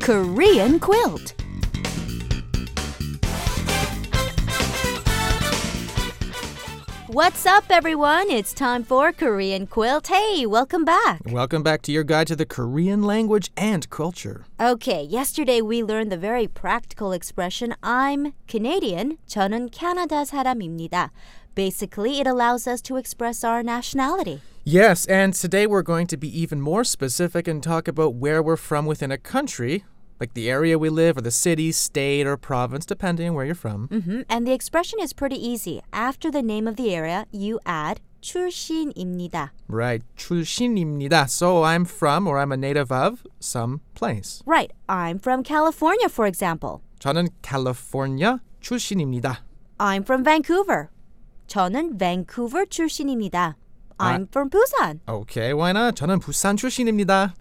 Korean quilt. What's up, everyone? It's time for Korean Quilt. Hey, welcome back. Welcome back to your guide to the Korean language and culture. Okay, yesterday we learned the very practical expression I'm Canadian, 저는 캐나다 사람입니다. Basically, it allows us to express our nationality. Yes, and today we're going to be even more specific and talk about where we're from within a country, like the area we live, or the city, state, or province, depending on where you're from. Mhm, And the expression is pretty easy. After the name of the area, you add 출신입니다. Right, 출신입니다. So I'm from, or I'm a native of, some place. Right, I'm from California, for example. 저는 캘리포니아 출신입니다. I'm from Vancouver. 저는 Vancouver 출신입니다. I'm from Busan. Okay, why not? 저는 부산 출신입니다.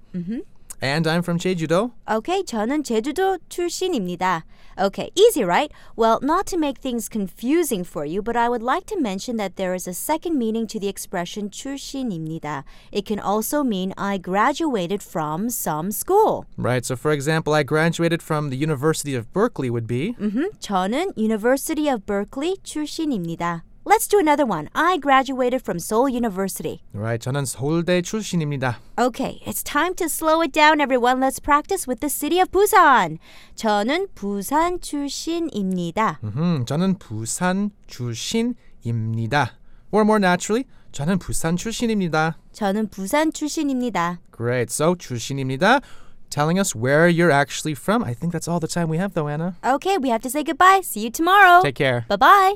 And I'm from 제주도. Okay, 저는 제주도 출신입니다. Okay, easy, right? Well, not to make things confusing for you, but I would like to mention that there is a second meaning to the expression 출신입니다. It can also mean I graduated from some school. Right, so for example, I graduated from the University of Berkeley would be 음, Mm-hmm. 저는 University of Berkeley 출신입니다. Let's do another one. I graduated from Seoul University. Right, 저는 서울대 출신입니다. Okay, it's time to slow it down, everyone. Let's practice with the city of Busan. 저는 부산 출신입니다. 음, 저는 부산 출신입니다. Or more naturally, 저는 부산 출신입니다. 저는 부산 출신입니다. Great. So 출신입니다, telling us where you're actually from. I think that's all the time we have, though, Anna. Okay, we have to say goodbye. See you tomorrow. Take care. Bye bye.